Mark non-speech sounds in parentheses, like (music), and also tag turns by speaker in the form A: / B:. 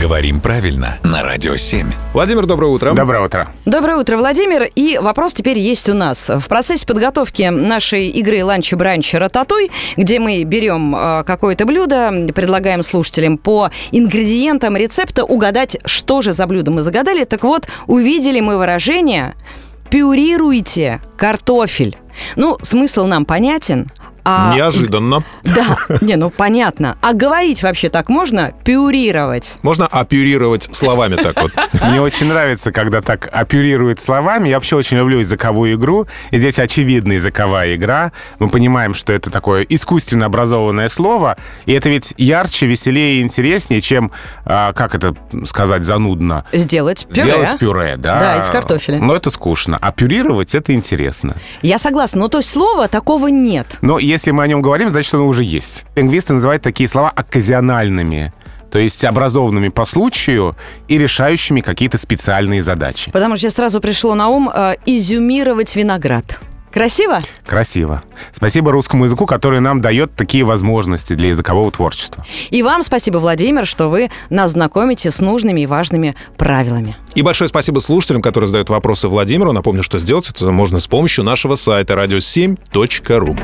A: Говорим правильно на Радио 7.
B: Владимир, доброе утро.
C: Доброе утро.
D: Доброе утро, Владимир. И вопрос теперь есть у нас. В процессе подготовки нашей игры «Ланч-бранч рататуй», где мы берем э, какое-то блюдо, предлагаем слушателям по ингредиентам рецепта угадать, что же за блюдо мы загадали. Так вот, увидели мы выражение «пюрируйте картофель». Ну, смысл нам понятен. А...
B: Неожиданно.
D: (laughs) Да, не, ну понятно. А говорить вообще так можно? Пюрировать.
B: Можно апюрировать словами так вот.
C: Мне очень нравится, когда так апюрируют словами. Я вообще очень люблю языковую игру. И здесь очевидна языковая игра. Мы понимаем, что это такое искусственно образованное слово. И это ведь ярче, веселее и интереснее, чем, а, как это сказать, занудно.
D: Сделать пюре. а?
C: Делать пюре, да.
D: Да, из картофеля.
C: Но это скучно. А пюрировать — это интересно.
D: Я согласна, но то есть слова такого нет.
C: Но если мы о нем говорим, значит, оно уже есть. Лингвисты называют такие слова оказиональными, то есть образованными по случаю и решающими какие-то специальные задачи.
D: Потому что сразу пришло на ум э, изюмировать виноград. Красиво?
C: Красиво. Спасибо русскому языку, который нам дает такие возможности для языкового творчества.
D: И вам спасибо, Владимир, что вы нас знакомите с нужными и важными правилами.
B: И большое спасибо слушателям, которые задают вопросы Владимиру. Напомню, что сделать это можно с помощью нашего сайта radio7.ru.